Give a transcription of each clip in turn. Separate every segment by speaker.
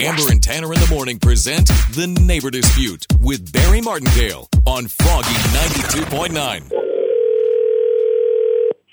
Speaker 1: Amber and Tanner in the morning present The Neighbor Dispute with Barry Martindale on Froggy 92.9.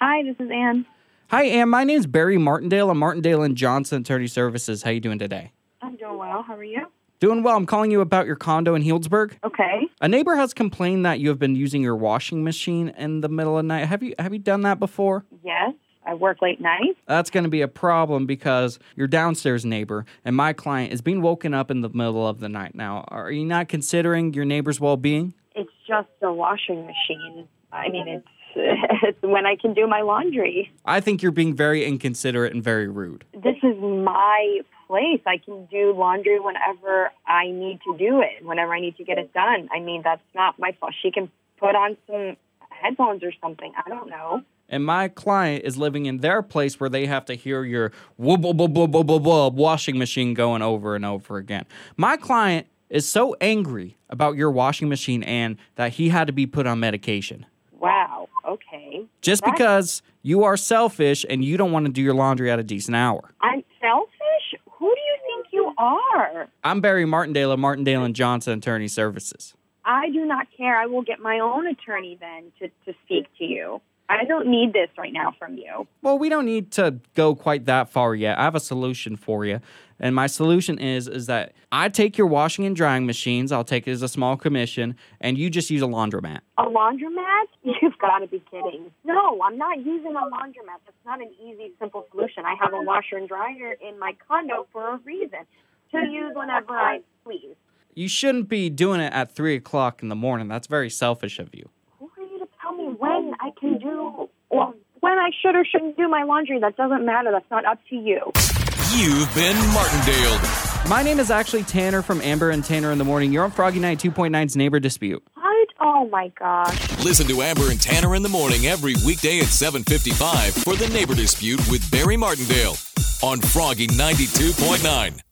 Speaker 2: Hi, this is Anne.
Speaker 3: Hi, Ann. My name's Barry Martindale. I'm Martindale and Johnson Attorney Services. How you doing today?
Speaker 2: I'm doing well. How are you?
Speaker 3: Doing well. I'm calling you about your condo in Healdsburg.
Speaker 2: Okay.
Speaker 3: A neighbor has complained that you have been using your washing machine in the middle of the night. Have you have you done that before?
Speaker 2: Yes, I work late nights.
Speaker 3: That's going to be a problem because your downstairs neighbor and my client is being woken up in the middle of the night. Now, are you not considering your neighbor's well-being?
Speaker 2: It's just a washing machine. I mean, it's it's when I can do my laundry.
Speaker 3: I think you're being very inconsiderate and very rude.
Speaker 2: This is my place. I can do laundry whenever I need to do it, whenever I need to get it done. I mean, that's not my fault. She can put on some headphones or something. I don't know.
Speaker 3: and my client is living in their place where they have to hear your whoop, whoop, whoop, whoop, whoop, whoop, whoop, washing machine going over and over again. My client is so angry about your washing machine and that he had to be put on medication.
Speaker 2: Wow. Okay.
Speaker 3: Just
Speaker 2: That's-
Speaker 3: because you are selfish and you don't want to do your laundry at a decent hour.
Speaker 2: I'm selfish. Who do you think you are?
Speaker 3: I'm Barry Martindale of Martindale and Johnson Attorney Services.
Speaker 2: I do not care. I will get my own attorney then to, to speak to you. I don't need this right now from you.
Speaker 3: Well, we don't need to go quite that far yet. I have a solution for you. And my solution is is that I take your washing and drying machines, I'll take it as a small commission, and you just use a laundromat.
Speaker 2: A laundromat? You've got to be kidding. No, I'm not using a laundromat. That's not an easy, simple solution. I have a washer and dryer in my condo for a reason to use whenever I please.
Speaker 3: You shouldn't be doing it at three o'clock in the morning. That's very selfish of you.
Speaker 2: Who are you to tell me when I can do or when I should or shouldn't do my laundry? That doesn't matter. That's not up to you.
Speaker 1: You've been Martindale.
Speaker 3: My name is actually Tanner from Amber and Tanner in the Morning. You're on Froggy Night 2.9's Neighbor Dispute.
Speaker 2: What? Oh my gosh.
Speaker 1: Listen to Amber and Tanner in the morning every weekday at 7:55 for The Neighbor Dispute with Barry Martindale on Froggy 92.9.